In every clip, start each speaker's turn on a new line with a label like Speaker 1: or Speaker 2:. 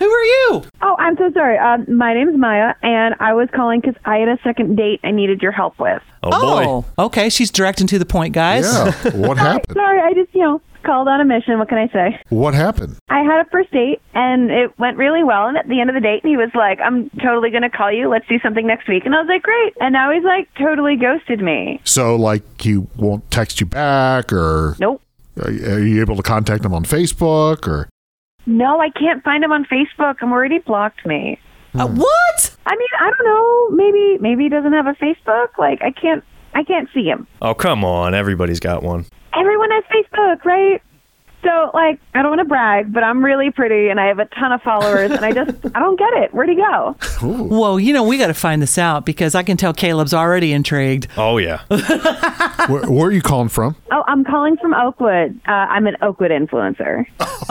Speaker 1: Who are you?
Speaker 2: Oh, I'm so sorry. Uh, my name's Maya, and I was calling because I had a second date I needed your help with.
Speaker 3: Oh, boy.
Speaker 1: okay. She's directing to the point, guys.
Speaker 4: Yeah. What happened?
Speaker 2: Sorry, I just, you know, called on a mission. What can I say?
Speaker 4: What happened?
Speaker 2: I had a first date, and it went really well. And at the end of the date, he was like, I'm totally going to call you. Let's do something next week. And I was like, great. And now he's like, totally ghosted me.
Speaker 4: So, like, he won't text you back, or
Speaker 2: Nope.
Speaker 4: are you are you able to contact him on Facebook, or
Speaker 2: No, I can't find him on Facebook. I'm already blocked me.
Speaker 1: Uh, what?
Speaker 2: I mean, I don't know. Maybe, maybe he doesn't have a Facebook. Like, I can't, I can't see him.
Speaker 5: Oh, come on. Everybody's got one.
Speaker 2: everyone has Facebook, right? So, like, I don't want to brag, but I'm really pretty and I have a ton of followers, and I just, I don't get it. Where'd he go?
Speaker 1: Well, you know, we got to find this out because I can tell Caleb's already intrigued.
Speaker 5: Oh, yeah.
Speaker 4: where, where are you calling from?
Speaker 2: Oh, I'm calling from Oakwood. Uh, I'm an Oakwood influencer.
Speaker 1: Oh,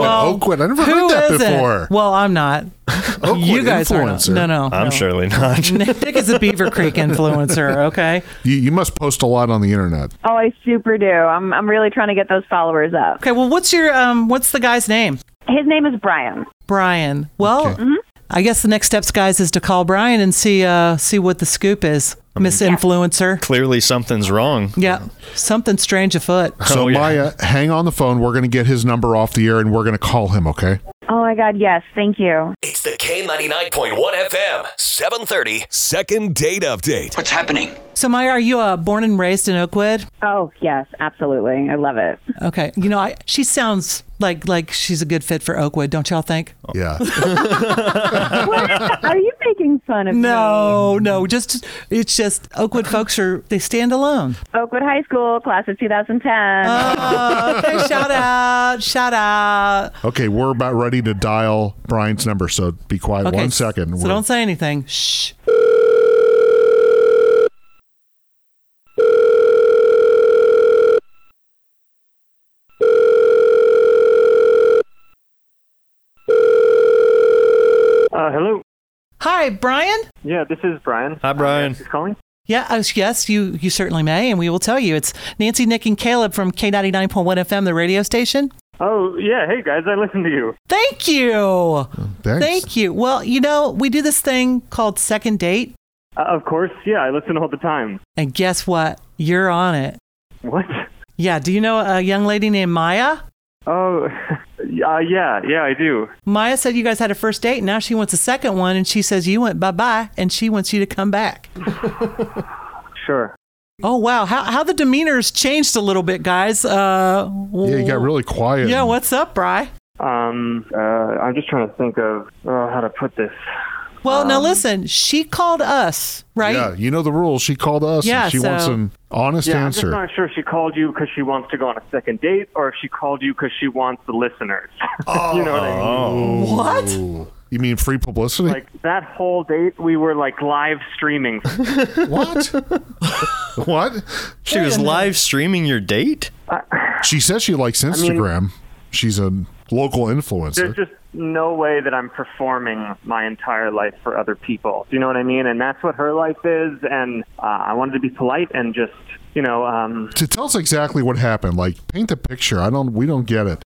Speaker 1: well,
Speaker 4: Oakwood. I never
Speaker 1: who
Speaker 4: heard that
Speaker 1: is it?
Speaker 4: before.
Speaker 1: Well, I'm not.
Speaker 4: Oakwood
Speaker 1: you guys
Speaker 4: influencer.
Speaker 1: are not. No, no.
Speaker 5: I'm
Speaker 1: no.
Speaker 5: surely not.
Speaker 1: Nick is a Beaver Creek influencer, okay?
Speaker 4: You, you must post a lot on the internet.
Speaker 2: Oh, I super do. I'm, I'm really trying to get those followers up.
Speaker 1: Okay, well, what's your um what's the guy's name?
Speaker 2: His name is Brian.
Speaker 1: Brian. Well, I guess the next steps guys is to call Brian and see uh see what the scoop is. Miss influencer.
Speaker 5: Clearly, something's wrong.
Speaker 1: Yeah. Something strange afoot.
Speaker 4: So,
Speaker 5: Oh, yeah.
Speaker 4: Maya, hang on the phone. We're going to get his number off the air, and we're going to call him. Okay.
Speaker 2: Oh, my God. Yes. Thank you.
Speaker 6: It's the K99.1 FM, 730.
Speaker 3: Second date update.
Speaker 7: What's happening?
Speaker 1: So Maya, are you uh, born and raised in Oakwood?
Speaker 2: Oh, yes. Absolutely. I love it.
Speaker 1: Okay. You know, I, she sounds like like she's a good fit for Oakwood, don't y'all think?
Speaker 4: Yeah.
Speaker 2: What? Are you making fun of me?
Speaker 1: No, no, just it's just Oakwood folks are they stand alone.
Speaker 2: Oakwood High School, class of 2010.
Speaker 1: Oh. Okay, shout out, shout out.
Speaker 4: okay. We're about ready to dial Brian's number. So be quiet
Speaker 1: Okay,
Speaker 4: one second.
Speaker 1: So
Speaker 4: We're-
Speaker 1: don't say anything. Shh.
Speaker 8: Uh, hello.
Speaker 1: Hi, Brian.
Speaker 8: Yeah, this is Brian.
Speaker 5: Hi, Brian.
Speaker 8: Who's calling?
Speaker 1: Yeah, uh, yes, you you certainly may, and we will tell you. It's Nancy, Nick, and Caleb from K ninety nine point one FM, the radio station.
Speaker 8: Oh, yeah. Hey, guys, I listen to you.
Speaker 1: Thank you,
Speaker 4: Oh, Thanks.
Speaker 1: thank you. Well, you know, we do this thing called second date,
Speaker 8: Uh, of course, yeah, I listen all the time.
Speaker 1: and guess what? You're on it.
Speaker 8: What?
Speaker 1: Yeah. Do you know a young lady named Maya?
Speaker 8: Oh, uh, yeah, yeah, I do.
Speaker 1: Maya said you guys had a first date, and now she wants a second one, and she says you went bye bye, and she wants you to come back.
Speaker 8: Sure.
Speaker 1: Oh wow, how how the demeanor's changed a little bit, guys. Uh,
Speaker 4: Yeah, you got really quiet.
Speaker 1: Yeah, what's up, Bry?
Speaker 8: Um, uh, I'm just trying to think of uh, how to put this.
Speaker 1: Well, now listen, she called us, right?
Speaker 4: Um, Yeah, you know the rules. She called us.
Speaker 1: Yeah,
Speaker 4: and she wants
Speaker 1: so-
Speaker 4: an honest
Speaker 8: Yeah, I'm just
Speaker 4: answer.
Speaker 8: not sure if she called you because she wants to go on a second date or if she called you because she wants the listeners. you know what I mean?
Speaker 1: What?
Speaker 4: Ooh. You mean free publicity?
Speaker 8: Like, that whole date, we were, like, live streaming.
Speaker 4: what? what?
Speaker 5: She was live streaming your date?
Speaker 4: She says she likes Instagram. She's a local influencer.
Speaker 8: There's just no way that I'm performing my entire life for other people. Do you know what I mean? And that's what her life is. And uh, I wanted to be polite and just, you know, um,
Speaker 4: to tell us exactly what happened, like paint the picture. I don't. We don't get it.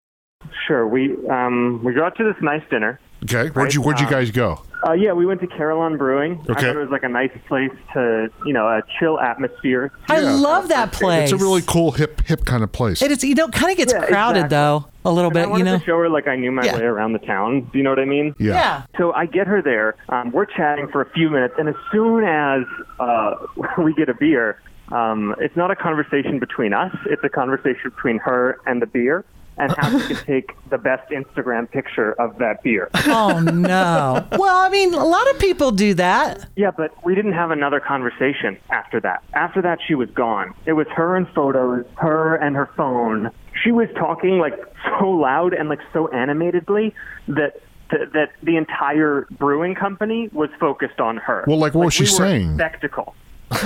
Speaker 8: sure. We um, we go out to this nice dinner.
Speaker 4: Okay, where'd you where'd you guys go?
Speaker 8: Uh, yeah, we went to Carillon Brewing. I
Speaker 4: Okay.
Speaker 8: thought it was like a nice place to, you know, a chill atmosphere.
Speaker 1: I
Speaker 4: Yeah.
Speaker 1: love that place.
Speaker 4: It's a really cool hip hip kind of place.
Speaker 1: It is, you know, kind of gets
Speaker 8: Yeah,
Speaker 1: crowded
Speaker 8: exactly.
Speaker 1: though, a little
Speaker 8: And I
Speaker 1: bit, you
Speaker 8: wanted
Speaker 1: know.
Speaker 8: to show her like I knew my
Speaker 1: Yeah.
Speaker 8: way around the town. Do you know what I mean?
Speaker 4: yeah.
Speaker 1: Yeah.
Speaker 8: So I get her there. Um, we're chatting for a few minutes, and as soon as uh, we get a beer, um, it's not a conversation between us. It's a conversation between her and the beer, and how she can take the best Instagram picture of that beer.
Speaker 1: Oh no. well, I mean, a lot of people do that.
Speaker 8: yeah, but we didn't have another conversation after that. After that, she was gone. It was her and photos, her and her phone. She was talking like so loud and like so animatedly that. th- that the entire brewing company was focused on her.
Speaker 4: Well, like, what was she
Speaker 8: we were a
Speaker 4: saying?
Speaker 8: spectacle.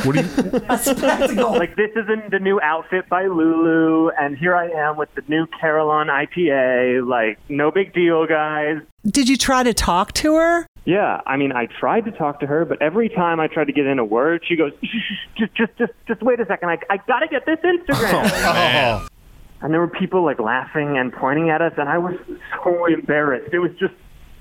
Speaker 4: What do you?
Speaker 8: Like this is in the new outfit by Lulu, and here I am with the new Carillon IPA. Like, no big deal, guys.
Speaker 1: Did you try to talk to her?
Speaker 8: Yeah, I mean, I tried to talk to her, but every time I tried to get in a word, she goes, "Just, just, just, just wait a second. I, I gotta get this
Speaker 5: Oh.
Speaker 8: Instagram." and there were people like laughing and pointing at us, and I was so embarrassed. It was just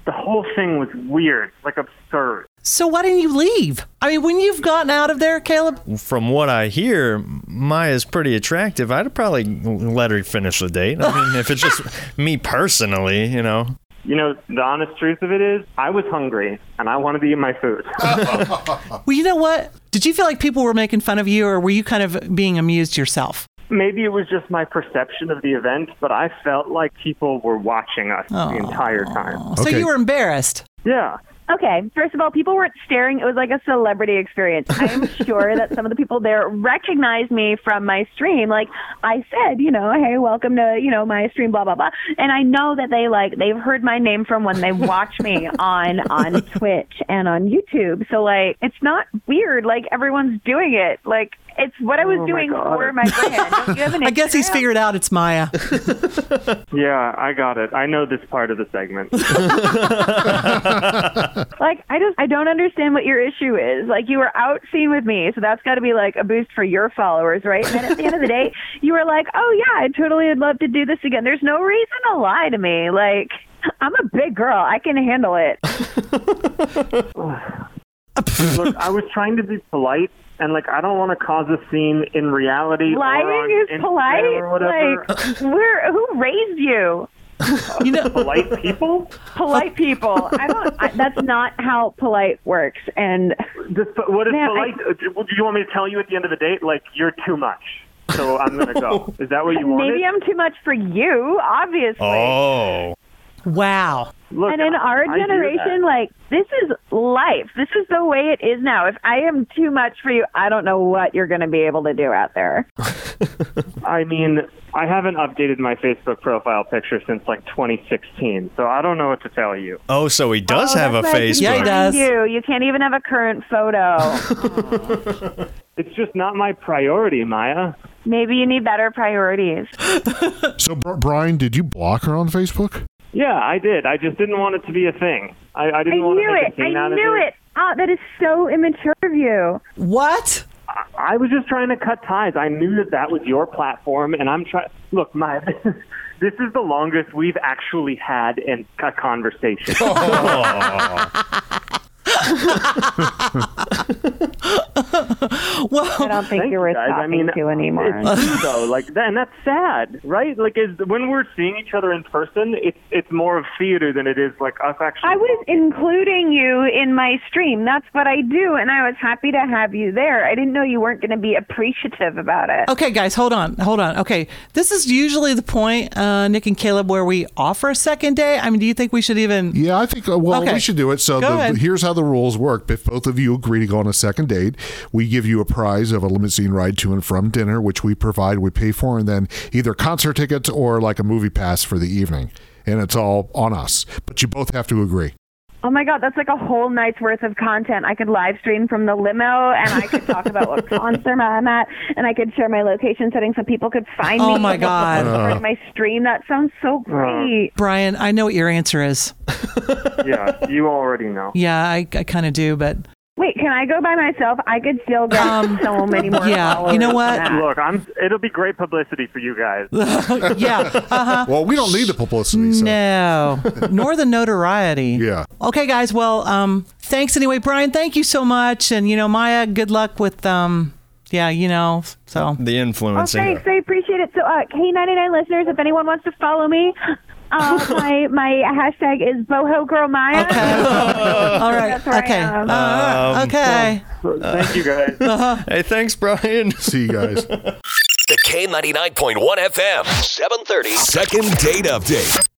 Speaker 8: the whole thing was weird, like absurd.
Speaker 1: So why didn't you leave? I mean, when you've gotten out of there, Caleb,
Speaker 5: From what I hear, Maya's pretty attractive. I'd probably let her finish the date. I mean, if it's just me personally, you know.
Speaker 8: You know, the honest truth of it is, I was hungry and I wanted to eat my food.
Speaker 1: well, you know what? Did you feel like people were making fun of you or were you kind of being amused yourself?
Speaker 8: Maybe it was just my perception of the event, but I felt like people were watching us the entire time.
Speaker 1: So
Speaker 4: Okay.
Speaker 1: you were embarrassed.
Speaker 8: Yeah.
Speaker 2: Okay, first of all, people weren't staring. It was like a celebrity experience. I am sure that some of the people there recognized me from my stream. Like I said, you know, hey, welcome to, you know, my stream, blah, blah, blah. And I know that they like, they've heard my name from when they watch me on, on Twitch and on YouTube. So like, it's not weird. Like everyone's doing it. Like it's what I was doing for my brand. Don't you have an
Speaker 1: I guess he's
Speaker 2: Instagram?
Speaker 1: figured out it's Maya.
Speaker 8: Yeah, I got it. I know this part of the segment.
Speaker 2: Like, I just, I don't understand what your issue is. Like, you were out seen with me, so that's got to be like a boost for your followers, right? And then at the end of the day, you were like, oh, yeah, I totally would love to do this again. There's no reason to lie to me. Like, I'm a big girl. I can handle it.
Speaker 8: Look, I was trying to be polite, and like I don't want to cause a scene in reality. or on
Speaker 2: Lying is
Speaker 8: Instagram
Speaker 2: polite.
Speaker 8: or whatever.
Speaker 2: Like, we're, who raised you?
Speaker 1: You know,
Speaker 8: polite people.
Speaker 2: Polite people. I don't, I, that's not how polite works. And
Speaker 8: This, what is
Speaker 2: Man,
Speaker 8: polite?
Speaker 2: I-
Speaker 8: Uh, do- well, do you want me to tell you at the end of the date? Like you're too much. So I'm gonna go. Is that what you wanted?
Speaker 2: maybe I'm too much for you, obviously.
Speaker 5: Oh.
Speaker 1: wow.
Speaker 8: Look,
Speaker 2: and in our
Speaker 8: I do that.
Speaker 2: generation, like this is life. This is the way it is now. If I am too much for you, I don't know what you're going to be able to do out there.
Speaker 8: I mean, I haven't updated my Facebook profile picture since like 2016, so I don't know what to tell you.
Speaker 5: Oh, so he does
Speaker 2: Oh,
Speaker 5: have a
Speaker 2: that's why I couldn't
Speaker 5: Facebook.
Speaker 1: Yeah, he
Speaker 2: find
Speaker 1: does.
Speaker 2: You, you can't even have a current photo.
Speaker 8: It's just not my priority, Maya.
Speaker 2: Maybe you need better priorities.
Speaker 4: So, Br- Brian, did you block her on Facebook?
Speaker 8: Yeah, I did. I just didn't want it to be a thing. I, I
Speaker 2: I
Speaker 8: didn't want to
Speaker 2: knew
Speaker 8: make
Speaker 2: it.
Speaker 8: a scene
Speaker 2: I
Speaker 8: out
Speaker 2: knew
Speaker 8: of
Speaker 2: it. Oh, that is so immature of you.
Speaker 1: What?
Speaker 8: I was just trying to cut ties. I knew that that was your platform, and I'm trying. Look, Maya, this is the longest we've actually had in a conversation.
Speaker 2: I don't think
Speaker 8: Thank
Speaker 2: you're worth
Speaker 8: guys.
Speaker 2: talking
Speaker 8: I mean,
Speaker 2: to anymore.
Speaker 8: it's- so like, and that's sad, right? Like, is when we're seeing each other in person, it's it's more of theater than it is like us actually.
Speaker 2: I was including you in my stream. That's what I do, and I was happy to have you there. I didn't know you weren't going to be appreciative about it.
Speaker 1: Okay, guys, hold on, hold on. Okay, this is usually the point, uh, Nick and Caleb, where we offer a second day. I mean, do you think we should even?
Speaker 4: Yeah, I think uh, well
Speaker 1: Okay.
Speaker 4: we should do it. So
Speaker 1: Go
Speaker 4: the,
Speaker 1: ahead.
Speaker 4: here's how the rules work: if both of you agree to go on a second date, we give you a prize of a limousine ride to and from dinner, which we provide, we pay for, and then either concert tickets or like a movie pass for the evening. And it's all on us, but you both have to agree.
Speaker 2: Oh my god, that's like a whole night's worth of content. I could live stream from the limo, and I could talk about what concert I'm at, and I could share my location setting so people could find me.
Speaker 1: Oh my God.
Speaker 2: During my stream. That sounds so great.
Speaker 1: Brian, I know what your answer is.
Speaker 8: yeah, you already know.
Speaker 1: Yeah, I, I kind of do, but
Speaker 2: Wait, can I go by myself? I could still get so many more.
Speaker 1: Um, yeah,
Speaker 2: followers
Speaker 1: you know
Speaker 2: than
Speaker 1: what?
Speaker 2: that.
Speaker 8: Look, I'm. It'll be great publicity for you guys.
Speaker 1: yeah, uh huh.
Speaker 4: Well, we don't need the publicity. So.
Speaker 1: No, nor the notoriety.
Speaker 4: Yeah.
Speaker 1: Okay, guys. Well, um, thanks anyway, Brian. Thank you so much, and you know, Maya, good luck with um, yeah, you know, so
Speaker 5: The
Speaker 2: Oh,
Speaker 5: influencing.
Speaker 2: thanks. I appreciate it. So, uh, K99 listeners, if anyone wants to follow me, uh, my my hashtag is boho girl Maya.
Speaker 1: all right,
Speaker 2: That's where I
Speaker 1: okay,
Speaker 2: am.
Speaker 1: Uh, okay.
Speaker 8: Thank you guys.
Speaker 5: Hey, thanks, Brian.
Speaker 4: See you guys.
Speaker 6: The K99.1 FM, 730.
Speaker 3: Second date update.